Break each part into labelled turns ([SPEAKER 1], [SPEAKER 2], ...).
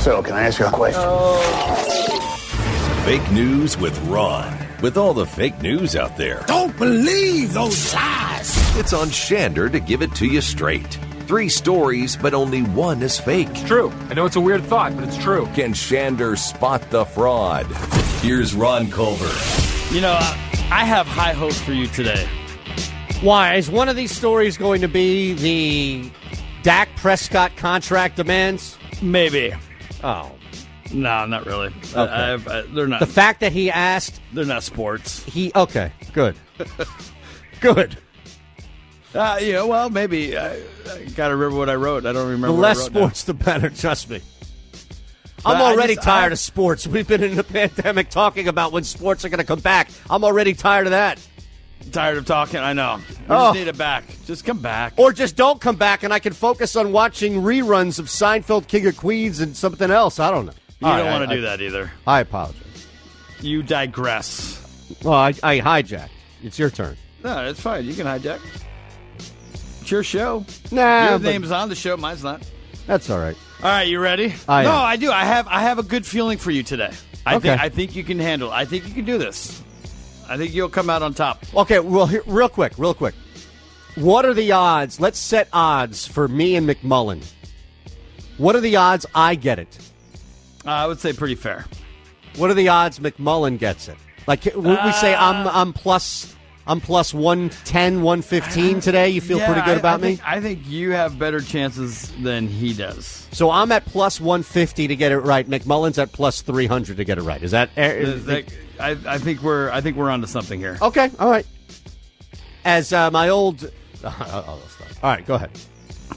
[SPEAKER 1] So, can I ask you a question?
[SPEAKER 2] Fake news with Ron. With all the fake news out there,
[SPEAKER 3] Don't believe those lies.
[SPEAKER 2] it's on Shander to give it to you straight. Three stories, but only one is fake.
[SPEAKER 4] True. I know it's a weird thought, but it's true.
[SPEAKER 2] Can Shander spot the fraud? Here's Ron Culver.
[SPEAKER 5] You know, I have high hopes for you today.
[SPEAKER 6] Why is one of these stories going to be the Dak Prescott contract demands?
[SPEAKER 5] Maybe.
[SPEAKER 6] Oh,
[SPEAKER 5] No, not really. I- I have- I- they're
[SPEAKER 6] the
[SPEAKER 5] not.
[SPEAKER 6] fact that he asked,
[SPEAKER 5] They're not sports.
[SPEAKER 6] he okay, good, good.
[SPEAKER 5] Uh, yeah. Well, maybe. I, I gotta remember what I wrote. I don't remember.
[SPEAKER 6] The
[SPEAKER 5] what I
[SPEAKER 6] less
[SPEAKER 5] wrote now.
[SPEAKER 6] sports, the better. Trust me.
[SPEAKER 5] But
[SPEAKER 6] I'm
[SPEAKER 5] I
[SPEAKER 6] already
[SPEAKER 5] just-
[SPEAKER 6] tired
[SPEAKER 5] I-
[SPEAKER 6] of sports. We've been in the pandemic talking about when sports are going to come back. I'm already tired of that.
[SPEAKER 5] Tired of talking. I know. We
[SPEAKER 6] Oh.
[SPEAKER 5] just need it back. Just come back.
[SPEAKER 6] Or just don't come back, and I can focus on watching reruns of Seinfeld, King of Queens, and something else. I don't know.
[SPEAKER 5] you
[SPEAKER 6] All
[SPEAKER 5] don't
[SPEAKER 6] right,
[SPEAKER 5] want
[SPEAKER 6] I-
[SPEAKER 5] to do that either.
[SPEAKER 6] I apologize.
[SPEAKER 5] You digress.
[SPEAKER 6] Well, I, I hijacked. It's your turn.
[SPEAKER 5] No, it's fine. You can hijack. It's your show.
[SPEAKER 6] Nah,
[SPEAKER 5] your
[SPEAKER 6] but-
[SPEAKER 5] name's on the show. Mine's not.
[SPEAKER 6] That's all right.
[SPEAKER 5] All right, you ready?
[SPEAKER 6] I
[SPEAKER 5] no,
[SPEAKER 6] am.
[SPEAKER 5] I do. I have I have a good feeling for you today. I
[SPEAKER 6] Okay.
[SPEAKER 5] think I think you can handle. it. I think you can do this. I think you'll come out on top.
[SPEAKER 6] Okay, well, here, real quick, real quick. What are the odds? Let's set odds for me and McMullen. What are the odds I get it?
[SPEAKER 5] Uh, I would say pretty fair.
[SPEAKER 6] What are the odds McMullen gets it? Like w- we
[SPEAKER 5] Uh,
[SPEAKER 6] say, I'm I'm plus I'm plus 110, 115 today. You feel
[SPEAKER 5] Yeah,
[SPEAKER 6] pretty good
[SPEAKER 5] I-
[SPEAKER 6] about
[SPEAKER 5] I
[SPEAKER 6] me.
[SPEAKER 5] think- I think you have better chances than he does.
[SPEAKER 6] so I'm at plus 150 to get it right. McMullen's at plus 300 to get it right. Is Oh. that, eh,
[SPEAKER 5] Is that- I, Uh, I think we're I think we're onto something here.
[SPEAKER 6] okay? All right. As uh, my old, all right, go ahead.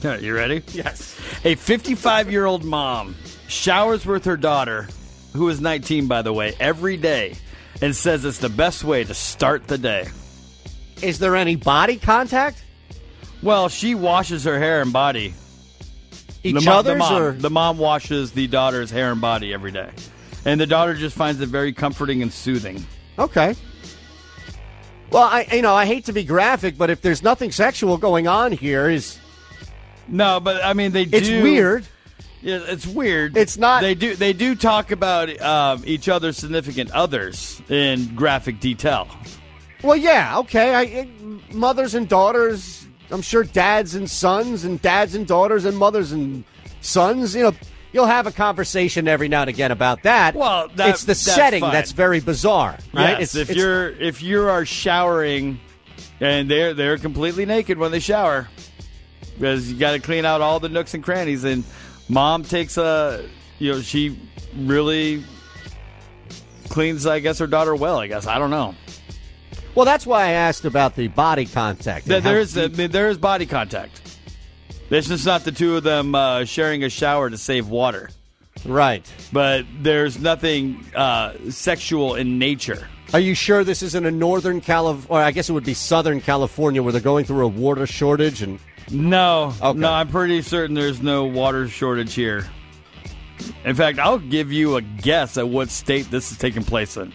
[SPEAKER 5] All right, you ready? Yes. A 55 year old mom showers with her daughter, who is 19 by the way, every day, and says it's the best way to start the day.
[SPEAKER 6] Is there any body contact?
[SPEAKER 5] Well, she washes her hair and body
[SPEAKER 6] Each
[SPEAKER 5] the mo-
[SPEAKER 6] other's
[SPEAKER 5] the mom,
[SPEAKER 6] or
[SPEAKER 5] the mom washes the daughter's hair and body every day, and the daughter just finds it very comforting and soothing.
[SPEAKER 6] Okay. Well, I you know I hate to be graphic, but if there's nothing sexual going on here, is
[SPEAKER 5] No, but I mean they do.
[SPEAKER 6] it's weird.
[SPEAKER 5] Yeah, it's weird.
[SPEAKER 6] It's not-
[SPEAKER 5] They do. They do talk about um, each other's significant others in graphic detail.
[SPEAKER 6] Well, yeah, okay. I, it- mothers and daughters. I'm sure dads and sons, and dads and daughters, and mothers and sons. You know, you'll have a conversation every now and again about that.
[SPEAKER 5] Well, that-
[SPEAKER 6] it's the
[SPEAKER 5] that's
[SPEAKER 6] setting
[SPEAKER 5] fine.
[SPEAKER 6] that's very bizarre, right?
[SPEAKER 5] Yes,
[SPEAKER 6] it's,
[SPEAKER 5] if
[SPEAKER 6] it's-
[SPEAKER 5] you're if you are showering, and they're they're completely naked when they shower, because you got to clean out all the nooks and crannies. And mom takes a, you know, she really cleans, I guess, her daughter well. I guess I don't know.
[SPEAKER 6] well, that's why I asked about the body contact. and
[SPEAKER 5] There-
[SPEAKER 6] how
[SPEAKER 5] there is
[SPEAKER 6] deep-
[SPEAKER 5] I mean, there is body contact. It's just not the two of them uh, sharing a shower to save water,
[SPEAKER 6] right.
[SPEAKER 5] but there's nothing uh, sexual in nature.
[SPEAKER 6] Are you sure this isn't a Northern Calif? Or I guess it would be Southern California where they're going through a water shortage and
[SPEAKER 5] No,
[SPEAKER 6] Okay.
[SPEAKER 5] no, I'm pretty certain there's no water shortage here. In fact, I'll give you a guess at what state this is taking place in.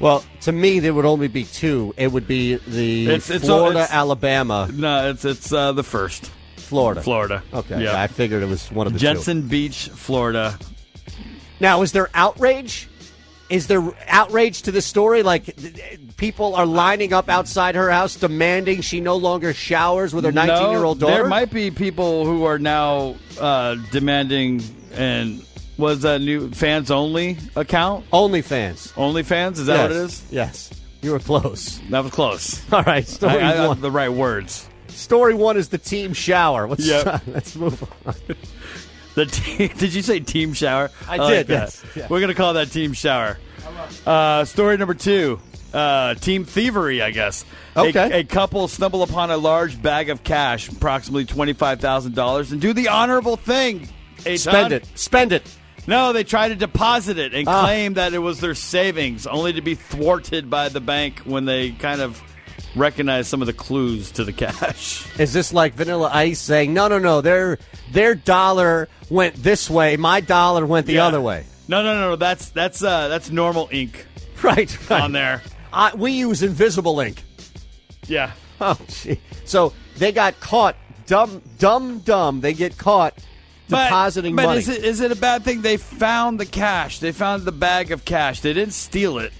[SPEAKER 6] well, to me there would only be two. It would be the
[SPEAKER 5] It's- it's-
[SPEAKER 6] Florida,
[SPEAKER 5] it's-
[SPEAKER 6] Alabama,
[SPEAKER 5] No, it's it's uh, the first
[SPEAKER 6] Florida,
[SPEAKER 5] Florida.
[SPEAKER 6] Okay,
[SPEAKER 5] yeah.
[SPEAKER 6] I figured it was one of the two.
[SPEAKER 5] Jensen Beach, Florida.
[SPEAKER 6] Now, is there outrage? Is there outrage to the story? Like th- th- people are lining up outside her house demanding she no longer showers with her
[SPEAKER 5] No,
[SPEAKER 6] nineteen-year-old daughter.
[SPEAKER 5] There might be people who are now uh, demanding and was a new fans only account.
[SPEAKER 6] OnlyFans.
[SPEAKER 5] Only fans is that
[SPEAKER 6] yes.
[SPEAKER 5] what it is?
[SPEAKER 6] Yes, you were close.
[SPEAKER 5] That was close.
[SPEAKER 6] All right,
[SPEAKER 5] I,
[SPEAKER 6] story
[SPEAKER 5] I,
[SPEAKER 6] one.
[SPEAKER 5] the right words.
[SPEAKER 6] Story one is the team shower. Let's,
[SPEAKER 5] Yep.
[SPEAKER 6] let's move on.
[SPEAKER 5] The te- did you say team shower?
[SPEAKER 6] I
[SPEAKER 5] like
[SPEAKER 6] did,
[SPEAKER 5] that.
[SPEAKER 6] yes. Yeah.
[SPEAKER 5] We're gonna call that team shower. Uh, story number two, uh, team thievery, I guess. A-
[SPEAKER 6] Okay.
[SPEAKER 5] A, couple stumble upon a large bag of cash, approximately twenty five thousand dollars, and do the honorable thing. Eitan.
[SPEAKER 6] Spend it. Spend it.
[SPEAKER 5] No, they try to deposit it and
[SPEAKER 6] Ah.
[SPEAKER 5] claim that it was their savings, only to be thwarted by the bank when they kind of recognize some of the clues to the cash.
[SPEAKER 6] Is this like Vanilla Ice saying, no, no, no, their, their dollar went this way, my dollar went the
[SPEAKER 5] Yeah.
[SPEAKER 6] other way?
[SPEAKER 5] No, no, no, no. That's that's uh, that's normal ink
[SPEAKER 6] Right, right.
[SPEAKER 5] on there.
[SPEAKER 6] I, we use invisible ink.
[SPEAKER 5] Yeah.
[SPEAKER 6] Oh, gee. So they got caught. Dumb, dumb, dumb. They get caught
[SPEAKER 5] But-
[SPEAKER 6] depositing
[SPEAKER 5] but
[SPEAKER 6] money.
[SPEAKER 5] is it, is it a bad thing? They found the cash. They found the bag of cash. They didn't steal it.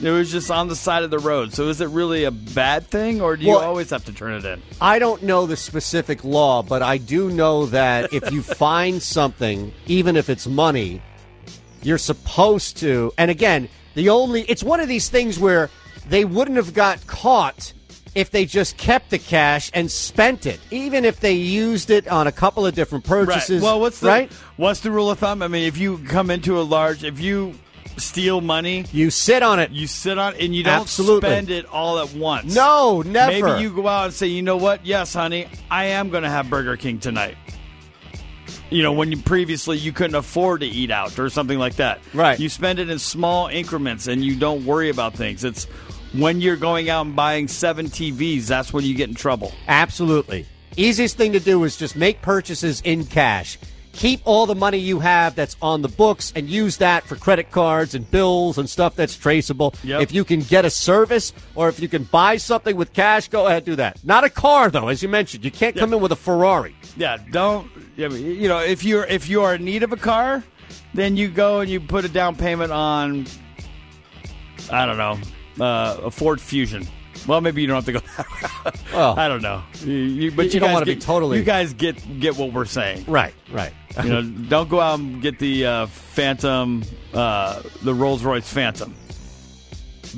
[SPEAKER 5] It was just on the side of the road. So is it really a bad thing, or do you
[SPEAKER 6] Well-
[SPEAKER 5] always have to turn it in?
[SPEAKER 6] I don't know the specific law, but I do know that if you find something, even if it's money, you're supposed to. And again, the only it's one of these things where they wouldn't have got caught if they just kept the cash and spent it, even if they used it on a couple of different purchases.
[SPEAKER 5] Well, what's the
[SPEAKER 6] right?
[SPEAKER 5] what's the rule of thumb? I mean, if you come into a large, if you steal money,
[SPEAKER 6] You sit on it.
[SPEAKER 5] you sit on and you don't
[SPEAKER 6] Absolutely.
[SPEAKER 5] spend it all at once.
[SPEAKER 6] No, never.
[SPEAKER 5] Maybe you go out and say, you know what? Yes, honey, I am going to have Burger King tonight. You know, when you previously you couldn't afford to eat out or something like that.
[SPEAKER 6] Right.
[SPEAKER 5] You spend it in small increments and you don't worry about things. It's when you're going out and buying seven TVs, that's when you get in trouble.
[SPEAKER 6] Absolutely. Easiest thing to do is just make purchases in cash. Keep all the money you have that's on the books and use that for credit cards and bills and stuff that's traceable.
[SPEAKER 5] Yep.
[SPEAKER 6] If you can get a service or if you can buy something with cash, go ahead do that. Not a car though, as you mentioned. You can't come in with a Ferrari.
[SPEAKER 5] Yeah, don't I mean, you know if you're if you are in need of a car, then you go and you put a down payment on I don't know uh, a Ford Fusion. Well, maybe you don't have to go. That route.
[SPEAKER 6] Well,
[SPEAKER 5] I don't know, You- you- but
[SPEAKER 6] you
[SPEAKER 5] you,
[SPEAKER 6] don't
[SPEAKER 5] guys
[SPEAKER 6] wanna be
[SPEAKER 5] get-
[SPEAKER 6] totally-
[SPEAKER 5] You guys get get what we're saying.
[SPEAKER 6] Right, right.
[SPEAKER 5] You know, don't go out and get the uh, Phantom, uh, the Rolls Royce Phantom.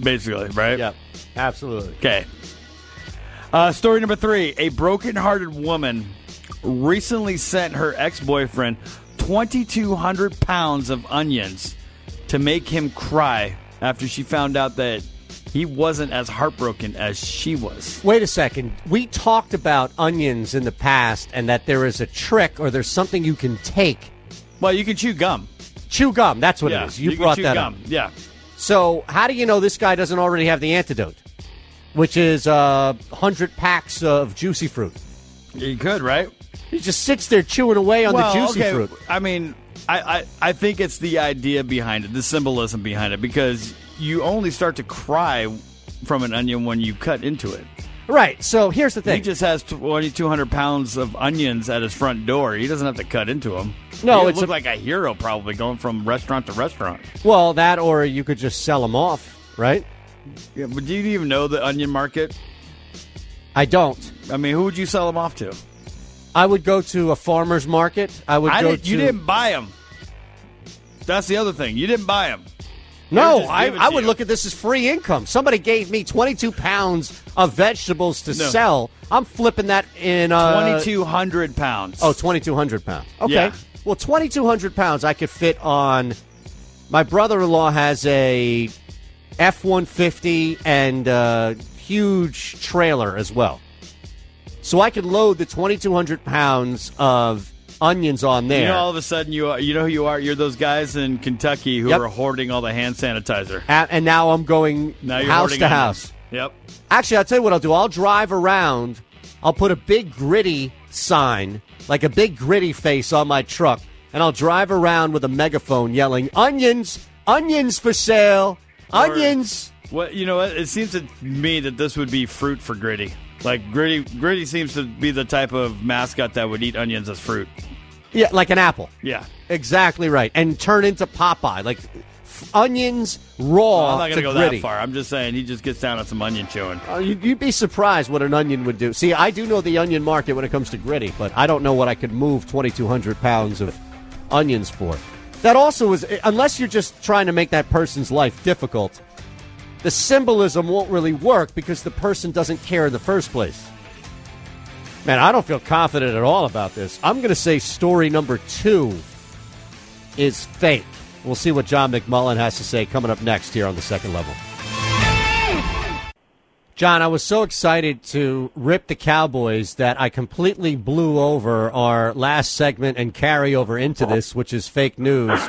[SPEAKER 5] Basically, right?
[SPEAKER 6] Yep. Absolutely.
[SPEAKER 5] Okay. Uh, story number three A broken-hearted woman recently sent her ex boyfriend 2,200 pounds of onions to make him cry after she found out that he wasn't as heartbroken as she was.
[SPEAKER 6] Wait a second. We talked about onions in the past and that there is a trick or there's something you can take.
[SPEAKER 5] Well, you can chew gum.
[SPEAKER 6] Chew gum, that's what it is. You,
[SPEAKER 5] can
[SPEAKER 6] brought
[SPEAKER 5] chew
[SPEAKER 6] that
[SPEAKER 5] gum.
[SPEAKER 6] up.
[SPEAKER 5] Yeah.
[SPEAKER 6] So, how do you know this guy doesn't already have the antidote, which is uh, 100 packs of juicy fruit?
[SPEAKER 5] You could, right?
[SPEAKER 6] He just sits there chewing away on
[SPEAKER 5] well,
[SPEAKER 6] the juicy
[SPEAKER 5] okay.
[SPEAKER 6] fruit.
[SPEAKER 5] I mean, I, I, I think it's the idea behind it, the symbolism behind it, because you only start to cry from an onion when you cut into it.
[SPEAKER 6] Right. So, here's the
[SPEAKER 5] He
[SPEAKER 6] thing.
[SPEAKER 5] just has 2,200 pounds of onions at his front door. He doesn't have to cut into them.
[SPEAKER 6] No,
[SPEAKER 5] He'd
[SPEAKER 6] it's
[SPEAKER 5] look
[SPEAKER 6] a-
[SPEAKER 5] like a hero probably going from restaurant to restaurant.
[SPEAKER 6] well, that or you could just sell him off, right?
[SPEAKER 5] Yeah, but do you even know the onion market?
[SPEAKER 6] I don't.
[SPEAKER 5] I mean, who would you sell them off to?
[SPEAKER 6] I would go to a farmer's market. I would
[SPEAKER 5] I
[SPEAKER 6] go
[SPEAKER 5] did,
[SPEAKER 6] to.
[SPEAKER 5] you didn't buy them. That's the other thing. You didn't buy them.
[SPEAKER 6] no,
[SPEAKER 5] they just
[SPEAKER 6] I,
[SPEAKER 5] give it
[SPEAKER 6] I
[SPEAKER 5] to
[SPEAKER 6] would
[SPEAKER 5] you.
[SPEAKER 6] look at this as free income. Somebody gave me 22 pounds of vegetables to
[SPEAKER 5] No.
[SPEAKER 6] sell. I'm flipping that in uh,
[SPEAKER 5] 2,200 pounds.
[SPEAKER 6] Oh, 2,200 pounds. Okay.
[SPEAKER 5] Yeah.
[SPEAKER 6] Well, 2,200 pounds I could fit on. My brother in law has a F 150 and a huge trailer as well. So I could load the 2,200 pounds of onions on there.
[SPEAKER 5] You know, all of a sudden, you are, you know who you are. You're those guys in Kentucky who
[SPEAKER 6] Yep.
[SPEAKER 5] are hoarding all the hand sanitizer.
[SPEAKER 6] A- and now I'm going
[SPEAKER 5] Now you're
[SPEAKER 6] house
[SPEAKER 5] hoarding
[SPEAKER 6] to
[SPEAKER 5] onions.
[SPEAKER 6] house.
[SPEAKER 5] Yep.
[SPEAKER 6] Actually, I'll tell you what I'll do. I'll drive around. I'll put a big gritty sign, like a big gritty face on my truck, and I'll drive around with a megaphone yelling, Onions! Onions for sale! Onions!
[SPEAKER 5] Well, you know what? It seems to me that this would be fruit for Gritty. Like Gritty, Gritty seems to be the type of mascot that would eat onions as fruit.
[SPEAKER 6] Yeah, like an apple.
[SPEAKER 5] Yeah.
[SPEAKER 6] Exactly right. And turn into Popeye. Like f- onions raw.
[SPEAKER 5] I'm not
[SPEAKER 6] to
[SPEAKER 5] gonna go
[SPEAKER 6] gritty.
[SPEAKER 5] that far. I'm just saying he just gets down on some onion chewing.
[SPEAKER 6] Uh, you- You'd be surprised what an onion would do. See, I do know the onion market when it comes to gritty, but I don't know what I could move 2,200 pounds of onions for. That also is, unless you're just trying to make that person's life difficult, the symbolism won't really work because the person doesn't care in the first place. Man, I don't feel confident at all about this. I'm going to say story number two is fake. We'll see what John McMullen has to say coming up next here on the second level. John, I was so excited to rip the Cowboys that I completely blew over our last segment and carry over into this, which is fake news.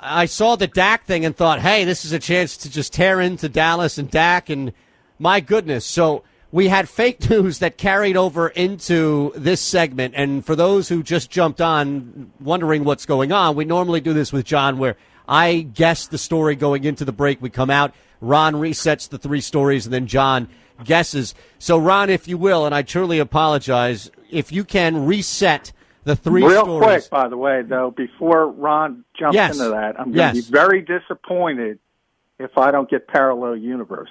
[SPEAKER 6] I saw the Dak thing and thought, hey, this is a chance to just tear into Dallas and Dak, and my goodness. So we had fake news that carried over into this segment. And for those who just jumped on wondering what's going on, we normally do this with John where I guess the story going into the break. We come out, Ron resets the three stories, and then John guesses. So, Ron, if you will, and I truly apologize, if you can reset the three
[SPEAKER 1] Real
[SPEAKER 6] stories.
[SPEAKER 1] quick, by the way, though, before Ron jumps
[SPEAKER 6] Yes.
[SPEAKER 1] into that, I'm going
[SPEAKER 6] Yes.
[SPEAKER 1] to be very disappointed if I don't get parallel universe.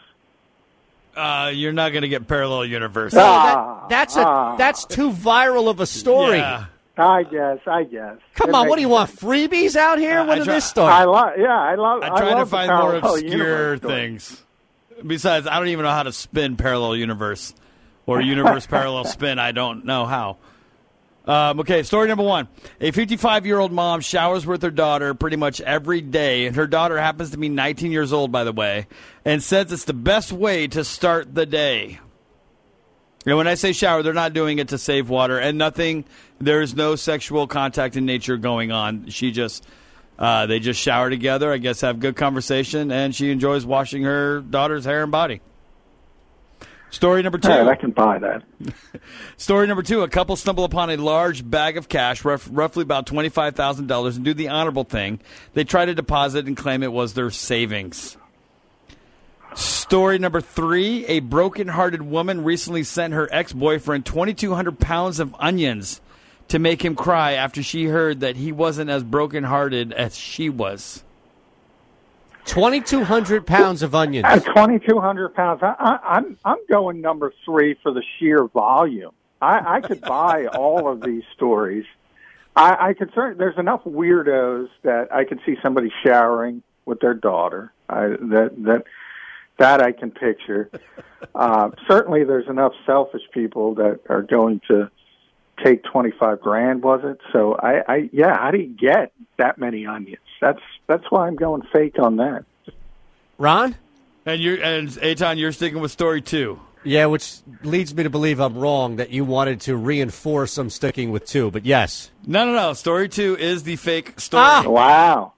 [SPEAKER 5] Uh, you're not going to get parallel universe.
[SPEAKER 6] No,
[SPEAKER 1] Ah,
[SPEAKER 6] Oh, that- that's a
[SPEAKER 1] ah.
[SPEAKER 6] that's too viral of a story.
[SPEAKER 5] Yeah.
[SPEAKER 1] I guess, I guess.
[SPEAKER 6] Come
[SPEAKER 1] It
[SPEAKER 6] on, what
[SPEAKER 1] makes
[SPEAKER 6] do you want? Freebies out here?
[SPEAKER 5] I-
[SPEAKER 6] when
[SPEAKER 5] I
[SPEAKER 6] did
[SPEAKER 5] try-
[SPEAKER 6] this
[SPEAKER 1] I
[SPEAKER 6] start?
[SPEAKER 1] love, yeah, I love.
[SPEAKER 5] I'm trying
[SPEAKER 1] love
[SPEAKER 5] to
[SPEAKER 1] the
[SPEAKER 5] find more
[SPEAKER 1] parallel
[SPEAKER 5] obscure
[SPEAKER 1] universe story.
[SPEAKER 5] things. Besides, I don't even know how to spin parallel universe or universe parallel spin. I don't know how. Um, okay, story number one. A 55 year old mom showers with her daughter pretty much every day, and her daughter happens to be 19 years old, by the way, and says it's the best way to start the day. And when I say shower, they're not doing it to save water and nothing. There is no sexual contact in nature going on. She just, uh, they just shower together. I guess have good conversation, and she enjoys washing her daughter's hair and body. Story number two.
[SPEAKER 1] All right, I can buy that.
[SPEAKER 5] Story number two: A couple stumble upon a large bag of cash, rough, roughly about twenty-five thousand dollars, and do the honorable thing. They try to deposit and claim it was their savings. Story number three: A broken-hearted woman recently sent her ex-boyfriend twenty-two hundred pounds of onions to make him cry after she heard that he wasn't as broken-hearted as she was.
[SPEAKER 6] Twenty two hundred pounds of onions.
[SPEAKER 1] At 2,200 pounds, I, I, I'm I'm going number three for the sheer volume. I, I could buy all of these stories. I, I could certainly, there's enough weirdos that I could see somebody showering with their daughter. I, that that that I can picture. Uh, certainly, there's enough selfish people that are going to take 25 grand. Was it? So I, I yeah. How do you get that many onions? That's that's why I'm going fake on that.
[SPEAKER 6] Ron?
[SPEAKER 5] And you and Aton, you're sticking with story two.
[SPEAKER 6] Yeah, which leads me to believe I'm wrong that you wanted to reinforce some sticking with two, but yes.
[SPEAKER 5] No, no, no. Story two is the fake story.
[SPEAKER 6] Ah!
[SPEAKER 1] Wow.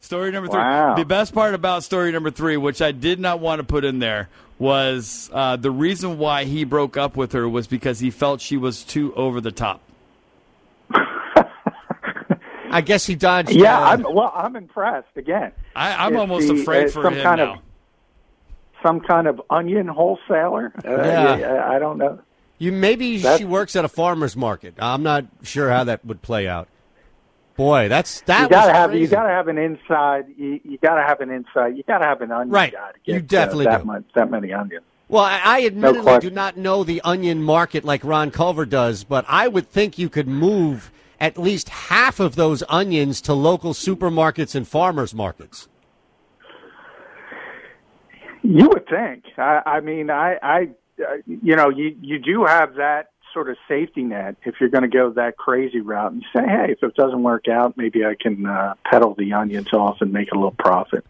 [SPEAKER 5] Story number three.
[SPEAKER 1] Wow.
[SPEAKER 5] The best part about story number three, which I did not want to put in there, was uh, the reason why he broke up with her was because he felt she was too over the top.
[SPEAKER 6] I guess he dodged.
[SPEAKER 1] Yeah,
[SPEAKER 6] uh,
[SPEAKER 1] I'm, well, I'm impressed again.
[SPEAKER 5] I, I'm
[SPEAKER 1] Is
[SPEAKER 5] almost
[SPEAKER 1] he,
[SPEAKER 5] afraid
[SPEAKER 1] uh,
[SPEAKER 5] for
[SPEAKER 1] some
[SPEAKER 5] him
[SPEAKER 1] kind of-
[SPEAKER 5] now.
[SPEAKER 1] Some kind of onion wholesaler. Uh,
[SPEAKER 6] Yeah.
[SPEAKER 1] I, I don't know.
[SPEAKER 6] You maybe
[SPEAKER 1] That's-
[SPEAKER 6] she works at a farmer's market. I'm not sure how that would play out. Boy, that's that.
[SPEAKER 1] You gotta
[SPEAKER 6] was
[SPEAKER 1] have you
[SPEAKER 6] crazy.
[SPEAKER 1] gotta have an inside. You, you gotta have an inside. You gotta have an onion
[SPEAKER 6] Right.
[SPEAKER 1] guy to
[SPEAKER 6] You
[SPEAKER 1] get uh,
[SPEAKER 6] definitely
[SPEAKER 1] that
[SPEAKER 6] do.
[SPEAKER 1] much that many onions.
[SPEAKER 6] Well, I, I admittedly do
[SPEAKER 1] question.
[SPEAKER 6] not know the onion market like Ron Culver does, but I would think you could move at least half of those onions to local supermarkets and farmers markets.
[SPEAKER 1] You would think. I, I mean, I, I, uh, you know, you you do have that sort of safety net if you're going to go that crazy route and say, hey, if it doesn't work out, maybe I can uh, pedal the onions off and make a little profit.